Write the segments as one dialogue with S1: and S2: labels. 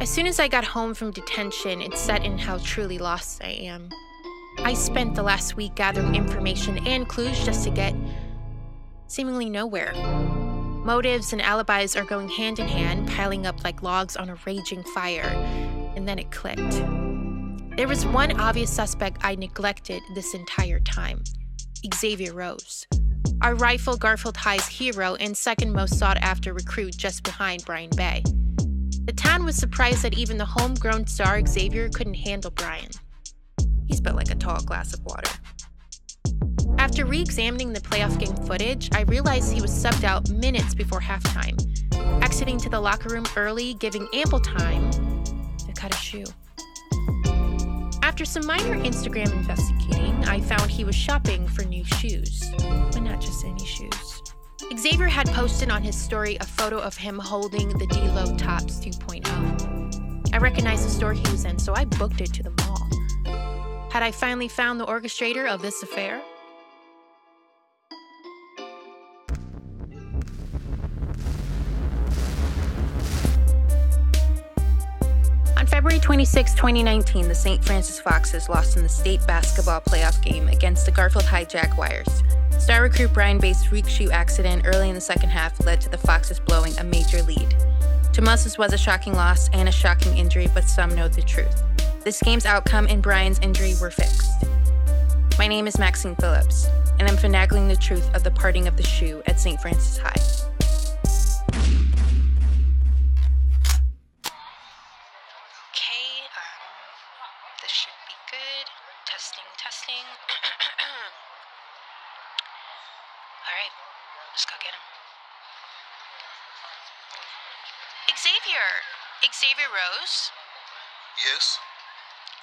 S1: As soon as I got home from detention, it set in how truly lost I am. I spent the last week gathering information and clues just to get seemingly nowhere. Motives and alibis are going hand in hand, piling up like logs on a raging fire. And then it clicked. There was one obvious suspect I neglected this entire time Xavier Rose, our rifle Garfield High's hero and second most sought after recruit just behind Brian Bay. The town was surprised that even the homegrown star Xavier couldn't handle Brian. He's but like a tall glass of water. After re examining the playoff game footage, I realized he was subbed out minutes before halftime, exiting to the locker room early, giving ample time to cut a shoe. After some minor Instagram investigating, I found he was shopping for new shoes, but not just any shoes. Xavier had posted on his story a photo of him holding the D-Lo Tops 2.0. I recognized the store he was in, so I booked it to the mall. Had I finally found the orchestrator of this affair? On February 26, 2019, the St. Francis Foxes lost in the state basketball playoff game against the Garfield High Jaguars. Star recruit Brian Bay's freak shoe accident early in the second half led to the Foxes blowing a major lead. Tomasis was a shocking loss and a shocking injury, but some know the truth. This game's outcome and Brian's injury were fixed. My name is Maxine Phillips, and I'm finagling the truth of the parting of the shoe at St. Francis High. Okay, um, this should be good. Testing, testing. All right, let's go get him. Xavier! Xavier Rose?
S2: Yes,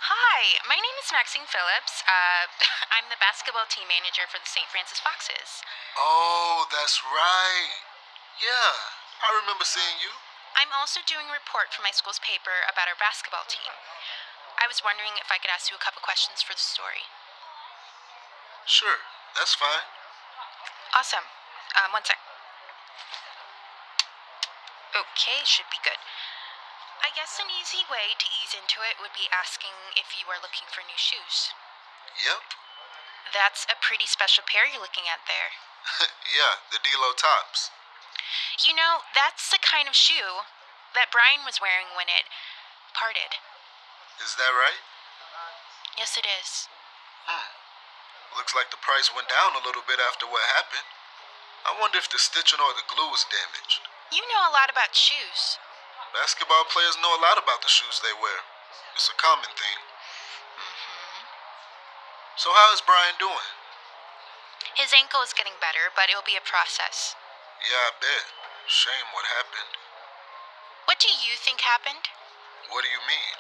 S1: Hi, my name is Maxine Phillips. Uh, I'm the basketball team manager for the St. Francis Foxes.
S2: Oh, that's right. Yeah, I remember seeing you.
S1: I'm also doing a report for my school's paper about our basketball team. I was wondering if I could ask you a couple questions for the story.
S2: Sure, that's fine.
S1: Awesome. Um, one sec. Okay, should be good. I guess an easy way to ease into it would be asking if you are looking for new shoes.
S2: Yep.
S1: That's a pretty special pair you're looking at there.
S2: yeah, the D-Lo tops.
S1: You know, that's the kind of shoe that Brian was wearing when it parted.
S2: Is that right?
S1: Yes, it is.
S2: Looks like the price went down a little bit after what happened. I wonder if the stitching or the glue was damaged.
S1: You know a lot about shoes.
S2: Basketball players know a lot about the shoes they wear. It's a common thing. Mm-hmm. So how is Brian doing?
S1: His ankle is getting better, but it'll be a process.
S2: Yeah, I bet. Shame what happened.
S1: What do you think happened?
S2: What do you mean?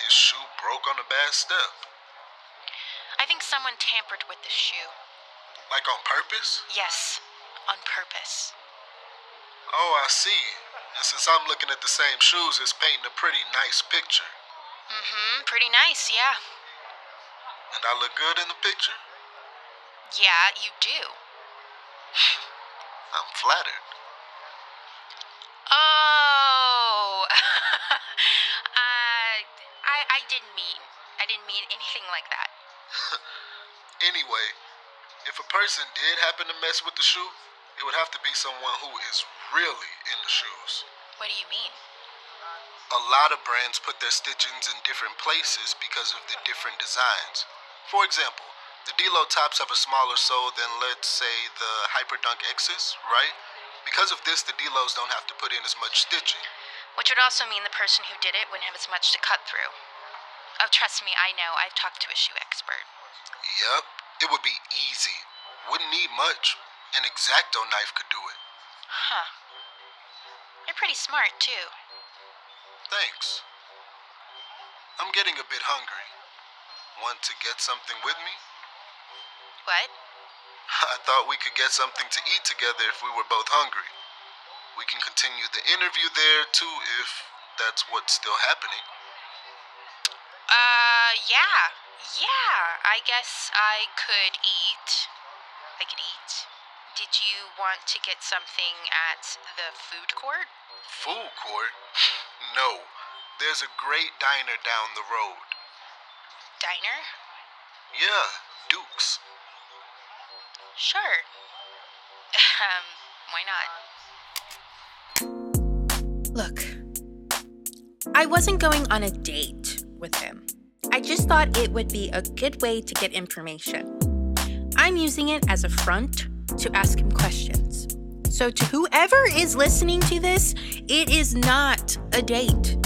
S2: His shoe broke on a bad step.
S1: I think someone tampered with the shoe.
S2: Like on purpose?
S1: Yes, on purpose.
S2: Oh, I see. And since I'm looking at the same shoes, it's painting a pretty nice picture.
S1: Mm hmm, pretty nice, yeah.
S2: And I look good in the picture?
S1: Yeah, you do.
S2: I'm flattered.
S1: Oh! uh, I, I didn't mean. I didn't mean anything like that.
S2: Anyway, if a person did happen to mess with the shoe, it would have to be someone who is really in the shoes.
S1: What do you mean?
S2: A lot of brands put their stitchings in different places because of the different designs. For example, the D-Lo tops have a smaller sole than, let's say, the Hyperdunk X's, right? Because of this, the D-Los don't have to put in as much stitching.
S1: Which would also mean the person who did it wouldn't have as much to cut through. Oh, trust me, I know. I've talked to a shoe expert.
S2: Yep, it would be easy. Wouldn't need much. An exacto knife could do it.
S1: Huh. You're pretty smart, too.
S2: Thanks. I'm getting a bit hungry. Want to get something with me?
S1: What?
S2: I thought we could get something to eat together if we were both hungry. We can continue the interview there too if that's what's still happening.
S1: Uh, yeah. Yeah, I guess I could eat. I could eat. Did you want to get something at the food court?
S2: Food court? No. There's a great diner down the road.
S1: Diner?
S2: Yeah, Duke's.
S1: Sure. um, why not? Look, I wasn't going on a date with him. I just thought it would be a good way to get information. I'm using it as a front to ask him questions. So, to whoever is listening to this, it is not a date.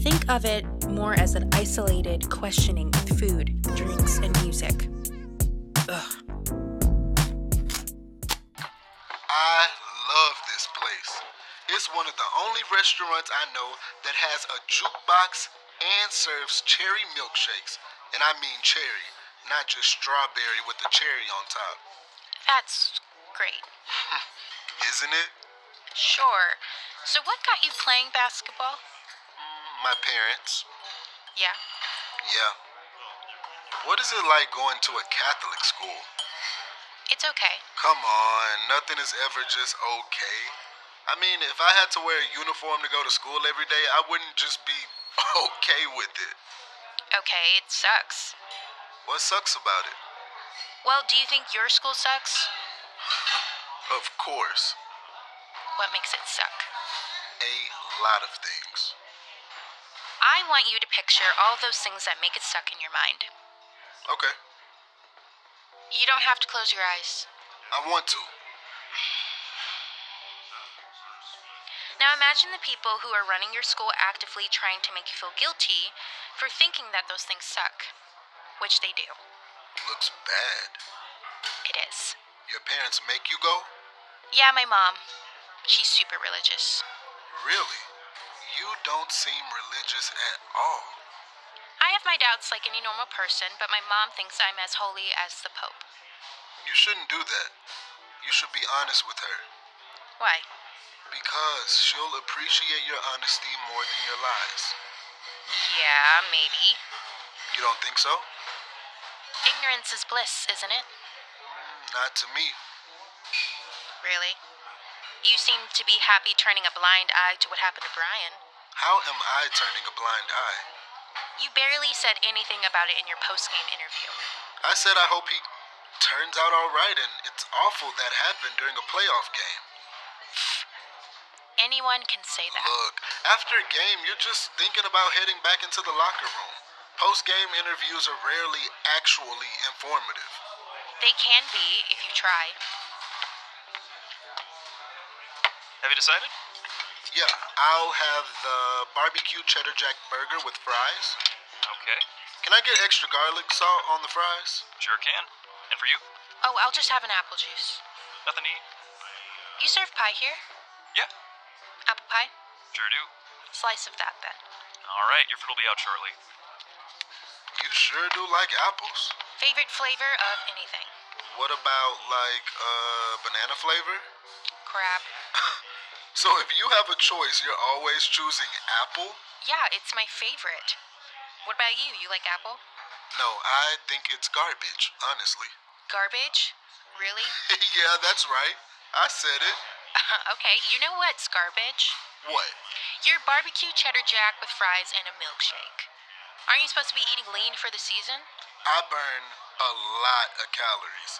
S1: Think of it more as an isolated questioning with food, drinks, and music. Ugh.
S2: I love this place. It's one of the only restaurants I know that has a jukebox and serves cherry milkshakes. And I mean cherry, not just strawberry with the cherry on top.
S1: That's great.
S2: Isn't it?
S1: Sure. So, what got you playing basketball?
S2: My parents.
S1: Yeah.
S2: Yeah. What is it like going to a Catholic school?
S1: It's okay.
S2: Come on, nothing is ever just okay. I mean, if I had to wear a uniform to go to school every day, I wouldn't just be okay with it.
S1: Okay, it sucks.
S2: What sucks about it?
S1: Well, do you think your school sucks?
S2: Of course,
S1: What makes it suck?
S2: a lot of things.
S1: I want you to picture all those things that make it suck in your mind.
S2: Okay,
S1: You don't have to close your eyes.
S2: I want to.
S1: Now imagine the people who are running your school actively trying to make you feel guilty for thinking that those things suck, which they do.
S2: Looks bad.
S1: It is.
S2: Your parents make you go?
S1: Yeah, my mom. She's super religious.
S2: Really? You don't seem religious at all.
S1: I have my doubts like any normal person, but my mom thinks I'm as holy as the Pope.
S2: You shouldn't do that. You should be honest with her.
S1: Why?
S2: Because she'll appreciate your honesty more than your lies.
S1: Yeah, maybe.
S2: You don't think so?
S1: Ignorance is bliss, isn't it?
S2: Not to me.
S1: Really? You seem to be happy turning a blind eye to what happened to Brian.
S2: How am I turning a blind eye?
S1: You barely said anything about it in your post-game interview.
S2: I said I hope he turns out alright, and it's awful that happened during a playoff game.
S1: Anyone can say that.
S2: Look, after a game, you're just thinking about heading back into the locker room. Post game interviews are rarely actually informative.
S1: They can be if you try.
S3: Have you decided?
S2: Yeah, I'll have the barbecue cheddar jack burger with fries.
S3: Okay,
S2: Can I get extra garlic salt on the fries?
S3: sure can. And for you?
S1: Oh, I'll just have an apple juice.
S3: Nothing to eat?
S1: You serve pie here?
S3: Yeah,
S1: Apple pie?
S3: sure do.
S1: Slice of that then.
S3: All right, your food will be out shortly.
S2: You sure do like apples.
S1: Favorite flavor of anything?
S2: What about like uh banana flavor?
S1: Crab.
S2: So if you have a choice, you're always choosing apple?
S1: Yeah, it's my favorite. What about you? You like apple?
S2: No, I think it's garbage, honestly.
S1: Garbage? Really?
S2: yeah, that's right. I said it.
S1: okay, you know what's garbage?
S2: What?
S1: Your barbecue cheddar jack with fries and a milkshake. Aren't you supposed to be eating lean for the season?
S2: I burn a lot of calories.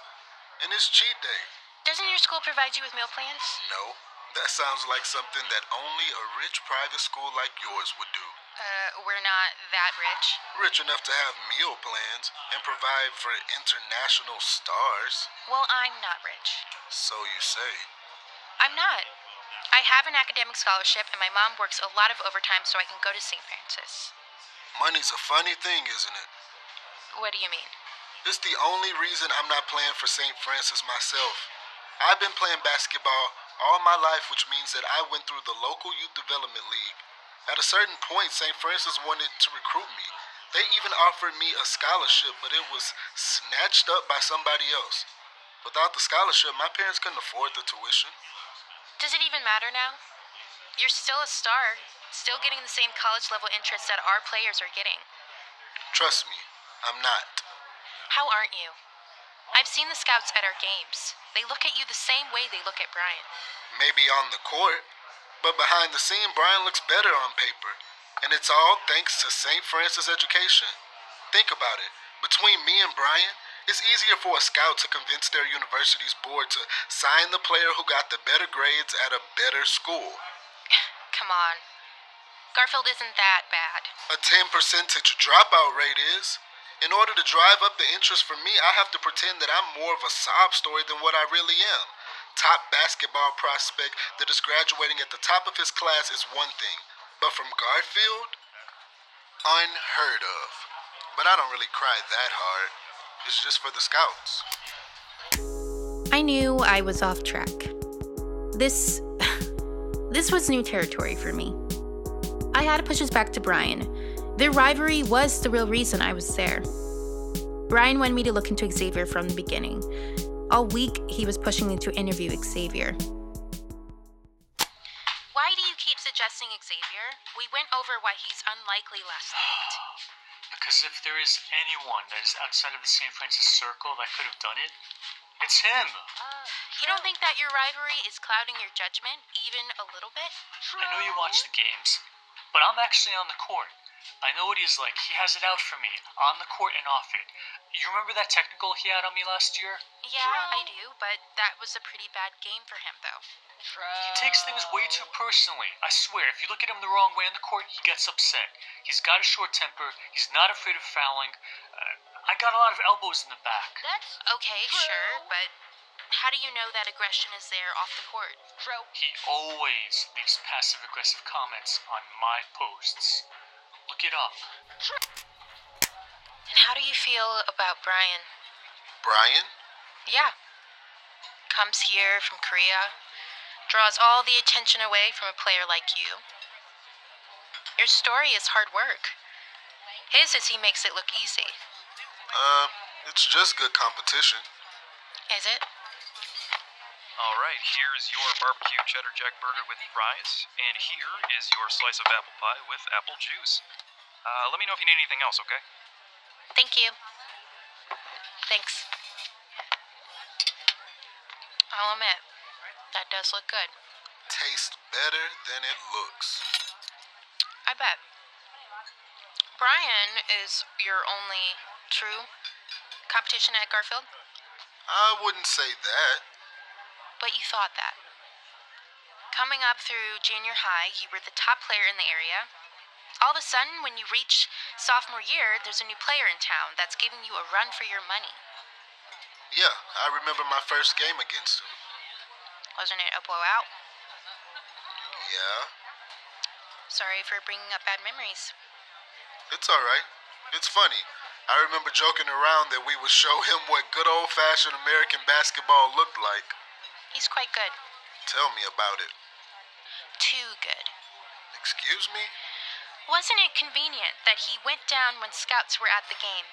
S2: And it's cheat day.
S1: Doesn't your school provide you with meal plans?
S2: No, that sounds like something that only a rich private school like yours would do.
S1: Uh, we're not that rich.
S2: Rich enough to have meal plans and provide for international stars.
S1: Well, I'm not rich.
S2: So you say.
S1: I'm not. I have an academic scholarship, and my mom works a lot of overtime so I can go to St. Francis.
S2: Money's a funny thing, isn't it?
S1: What do you mean?
S2: It's the only reason I'm not playing for St. Francis myself. I've been playing basketball all my life, which means that I went through the local youth development league. At a certain point, St. Francis wanted to recruit me. They even offered me a scholarship, but it was snatched up by somebody else. Without the scholarship, my parents couldn't afford the tuition.
S1: Does it even matter now? You're still a star, still getting the same college level interests that our players are getting.
S2: Trust me, I'm not.
S1: How aren't you? I've seen the scouts at our games. They look at you the same way they look at Brian.
S2: Maybe on the court, but behind the scene, Brian looks better on paper. And it's all thanks to St. Francis education. Think about it. Between me and Brian, it's easier for a scout to convince their university's board to sign the player who got the better grades at a better school.
S4: Come on. Garfield isn't that bad.
S2: A 10 percentage dropout rate is. In order to drive up the interest for me, I have to pretend that I'm more of a sob story than what I really am. Top basketball prospect that is graduating at the top of his class is one thing, but from Garfield? Unheard of. But I don't really cry that hard. It's just for the scouts.
S1: I knew I was off track. This this was new territory for me. I had to push this back to Brian. Their rivalry was the real reason I was there. Brian wanted me to look into Xavier from the beginning. All week he was pushing me to interview Xavier.
S4: Why do you keep suggesting Xavier? We went over why he's unlikely last night.
S5: Because if there is anyone that is outside of the St. Francis circle that could have done it, it's him.
S4: You don't think that your rivalry is clouding your judgment even a little bit?
S5: I know you watch the games, but I'm actually on the court. I know what he's like. He has it out for me, on the court and off it. You remember that technical he had on me last year?
S4: Yeah, I do, but that was a pretty bad game for him, though.
S5: He takes things way too personally. I swear, if you look at him the wrong way on the court, he gets upset. He's got a short temper. He's not afraid of fouling. Uh, I got a lot of elbows in the back.
S4: Okay, sure, but how do you know that aggression is there off the court?
S5: He always leaves passive aggressive comments on my posts. Look it up.
S4: And how do you feel about Brian?
S2: Brian?
S4: Yeah. Comes here from Korea, draws all the attention away from a player like you. Your story is hard work. His is he makes it look easy.
S2: Uh, it's just good competition.
S4: Is it?
S3: All right, here's your barbecue cheddar jack burger with fries, and here is your slice of apple pie with apple juice. Uh, let me know if you need anything else, okay?
S4: Thank you. Thanks. I'll admit, that does look good.
S2: Tastes better than it looks.
S4: I bet. Brian is your only true competition at Garfield?
S2: I wouldn't say that.
S4: But you thought that. Coming up through junior high, you were the top player in the area. All of a sudden, when you reach sophomore year, there's a new player in town that's giving you a run for your money.
S2: Yeah, I remember my first game against him.
S4: Wasn't it a blowout?
S2: Yeah,
S4: Sorry for bringing up bad memories.
S2: It's all right. It's funny. I remember joking around that we would show him what good old fashioned American basketball looked like.
S4: He's quite good.
S2: Tell me about it.
S4: Too good.
S2: Excuse me?
S4: Wasn't it convenient that he went down when scouts were at the game?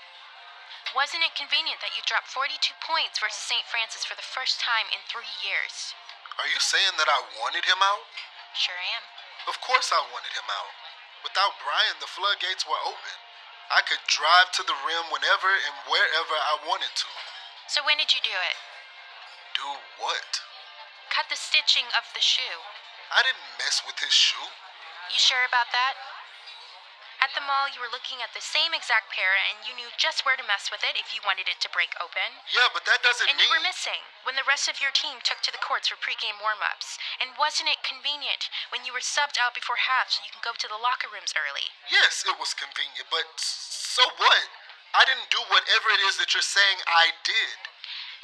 S4: Wasn't it convenient that you dropped 42 points versus St. Francis for the first time in three years?
S2: Are you saying that I wanted him out?
S4: Sure am.
S2: Of course I wanted him out. Without Brian, the floodgates were open. I could drive to the rim whenever and wherever I wanted to.
S4: So when did you do it?
S2: Do what?
S4: Cut the stitching of the shoe.
S2: I didn't mess with his shoe.
S4: You sure about that? At the mall, you were looking at the same exact pair and you knew just where to mess with it if you wanted it to break open.
S2: Yeah, but that doesn't
S4: And
S2: mean.
S4: you were missing when the rest of your team took to the courts for pregame warm ups. And wasn't it convenient when you were subbed out before half so you can go to the locker rooms early?
S2: Yes, it was convenient, but s- so what? I didn't do whatever it is that you're saying I did.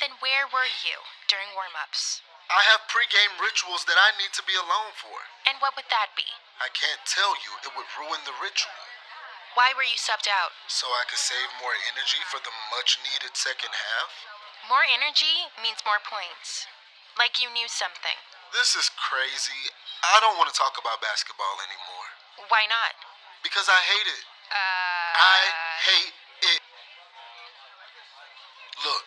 S4: Then where were you during warm ups?
S2: I have pregame rituals that I need to be alone for.
S4: And what would that be?
S2: I can't tell you, it would ruin the ritual.
S4: Why were you subbed out?
S2: So I could save more energy for the much needed second half?
S4: More energy means more points. Like you knew something.
S2: This is crazy. I don't want to talk about basketball anymore.
S4: Why not?
S2: Because I hate it.
S4: Uh.
S2: I hate it. Look,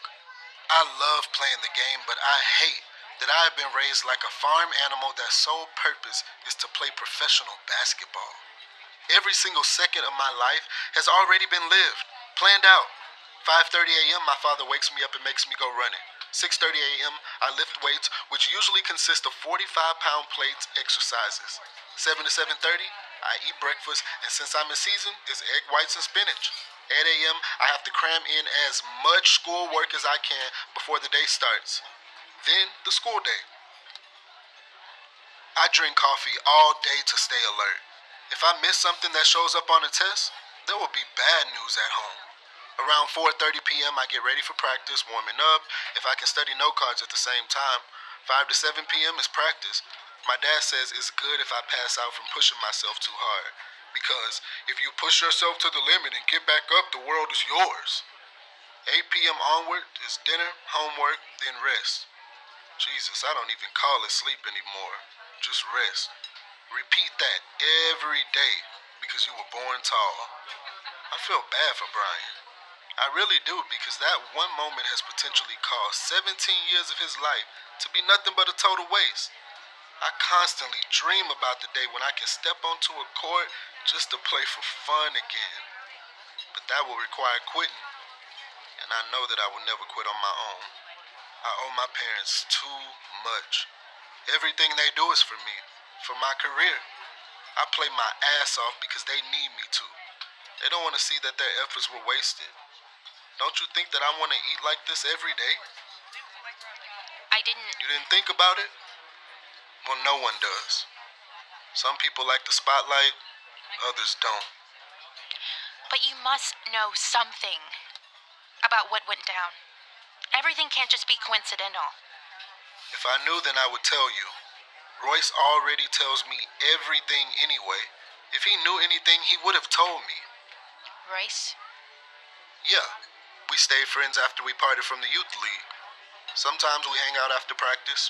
S2: I love playing the game, but I hate that I have been raised like a farm animal that's sole purpose is to play professional basketball. Every single second of my life has already been lived, planned out. 5:30 a.m. my father wakes me up and makes me go running. 6:30 a.m. I lift weights, which usually consist of 45-pound plates exercises. 7 to 7:30, I eat breakfast, and since I'm in season, it's egg whites and spinach. 8 a.m., I have to cram in as much schoolwork as I can before the day starts. Then the school day. I drink coffee all day to stay alert. If I miss something that shows up on a test, there will be bad news at home. Around 4:30 p.m., I get ready for practice, warming up. If I can study no cards at the same time, 5 to 7 p.m. is practice. My dad says it's good if I pass out from pushing myself too hard, because if you push yourself to the limit and get back up, the world is yours. 8 p.m. onward is dinner, homework, then rest. Jesus, I don't even call it sleep anymore. Just rest. Repeat that every day because you were born tall. I feel bad for Brian. I really do because that one moment has potentially caused 17 years of his life to be nothing but a total waste. I constantly dream about the day when I can step onto a court just to play for fun again. But that will require quitting, and I know that I will never quit on my own. I owe my parents too much. Everything they do is for me, for my career. I play my ass off because they need me to. They don't want to see that their efforts were wasted. Don't you think that I want to eat like this every day?
S1: I didn't.
S2: You didn't think about it? Well, no one does. Some people like the spotlight, others don't.
S1: But you must know something about what went down. Everything can't just be coincidental.
S2: If I knew, then I would tell you. Royce already tells me everything anyway. If he knew anything, he would have told me.
S1: Royce?
S2: Yeah, we stayed friends after we parted from the youth league. Sometimes we hang out after practice.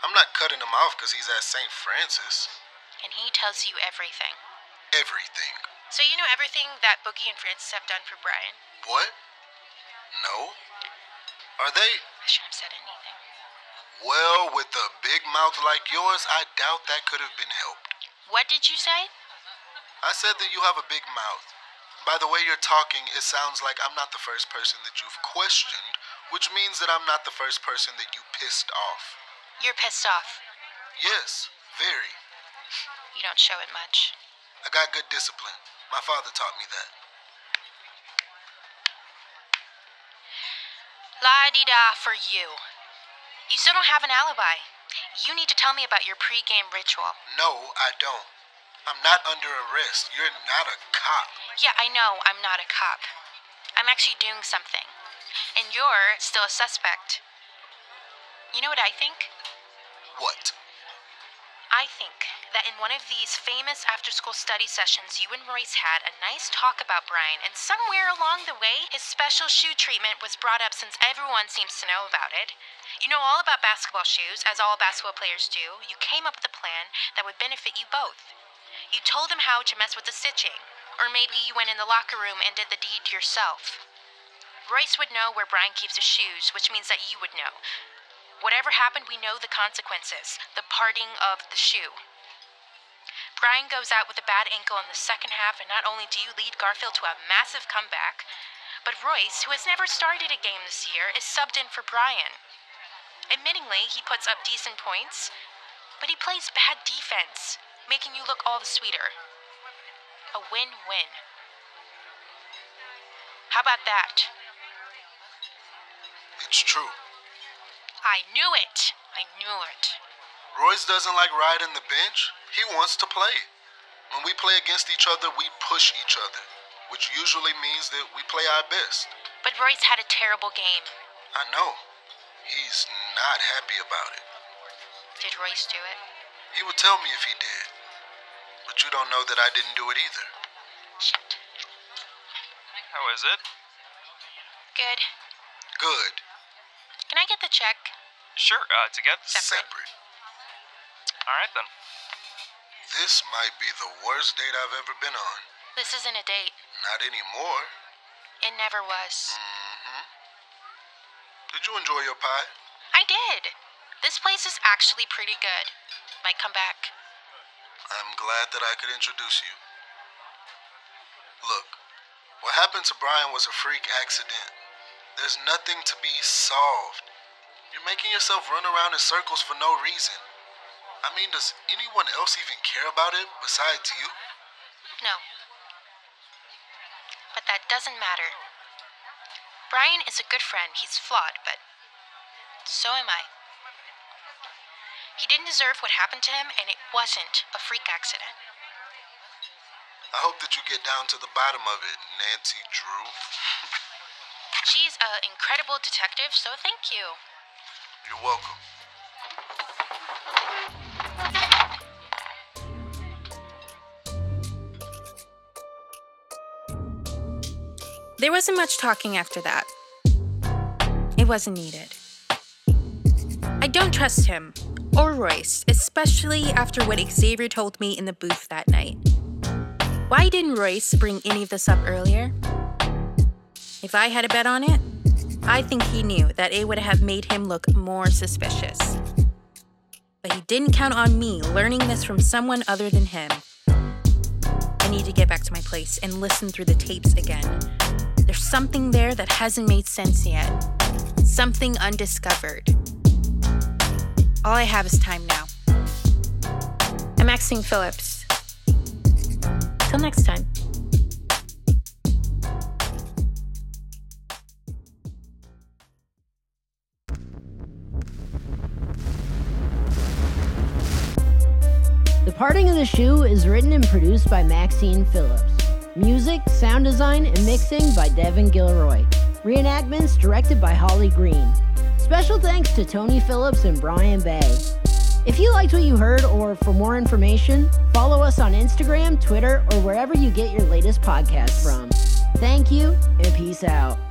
S2: I'm not cutting him off because he's at St. Francis.
S1: And he tells you everything.
S2: Everything.
S1: So you know everything that Boogie and Francis have done for Brian.
S2: What? No? Are they.
S1: I shouldn't have said anything.
S2: Well, with a big mouth like yours, I doubt that could have been helped.
S1: What did you say?
S2: I said that you have a big mouth. By the way you're talking, it sounds like I'm not the first person that you've questioned, which means that I'm not the first person that you pissed off.
S1: You're pissed off.
S2: Yes, very.
S1: You don't show it much.
S2: I got good discipline. My father taught me that.
S1: La di da for you. You still don't have an alibi. You need to tell me about your pregame ritual.
S2: No, I don't. I'm not under arrest. You're not a cop.
S1: Yeah, I know I'm not a cop. I'm actually doing something. And you're still a suspect. You know what I think?
S2: What?
S1: I think that in one of these famous after school study sessions, you and Royce had a nice talk about Brian, and somewhere along the way, his special shoe treatment was brought up since everyone seems to know about it. You know all about basketball shoes, as all basketball players do. You came up with a plan that would benefit you both. You told him how to mess with the stitching, or maybe you went in the locker room and did the deed yourself. Royce would know where Brian keeps his shoes, which means that you would know. Whatever happened, we know the consequences the parting of the shoe. Brian goes out with a bad ankle in the second half, and not only do you lead Garfield to a massive comeback, but Royce, who has never started a game this year, is subbed in for Brian. Admittingly, he puts up decent points, but he plays bad defense, making you look all the sweeter. A win win. How about that?
S2: It's true.
S1: I knew it! I knew it.
S2: Royce doesn't like riding the bench. He wants to play. When we play against each other, we push each other, which usually means that we play our best.
S1: But Royce had a terrible game.
S2: I know. He's not happy about it.
S1: Did Royce do it?
S2: He would tell me if he did. But you don't know that I didn't do it either.
S1: Shit.
S3: How is it?
S1: Good.
S2: Good.
S1: Can I get the check?
S3: Sure, uh, together?
S1: Separate.
S2: Separate.
S3: Alright then.
S2: This might be the worst date I've ever been on.
S1: This isn't a date.
S2: Not anymore.
S1: It never was.
S2: hmm Did you enjoy your pie?
S1: I did. This place is actually pretty good. Might come back.
S2: I'm glad that I could introduce you. Look, what happened to Brian was a freak accident. There's nothing to be solved. You're making yourself run around in circles for no reason. I mean, does anyone else even care about it besides you?
S1: No. But that doesn't matter. Brian is a good friend. He's flawed, but so am I. He didn't deserve what happened to him, and it wasn't a freak accident.
S2: I hope that you get down to the bottom of it, Nancy Drew.
S1: She's an incredible detective, so thank you.
S2: You're welcome.
S4: There wasn't much talking after that. It wasn't needed. I don't trust him, or Royce, especially after what Xavier told me in the booth that night. Why didn't Royce bring any of this up earlier? If I had a bet on it, I think he knew that it would have made him look more suspicious. But he didn't count on me learning this from someone other than him. I need to get back to my place and listen through the tapes again. There's something there that hasn't made sense yet, something undiscovered. All I have is time now. I'm Maxine Phillips. Till next time.
S6: The Parting of the Shoe is written and produced by Maxine Phillips. Music, sound design, and mixing by Devin Gilroy. Reenactments directed by Holly Green. Special thanks to Tony Phillips and Brian Bay. If you liked what you heard or for more information, follow us on Instagram, Twitter, or wherever you get your latest podcast from. Thank you and peace out.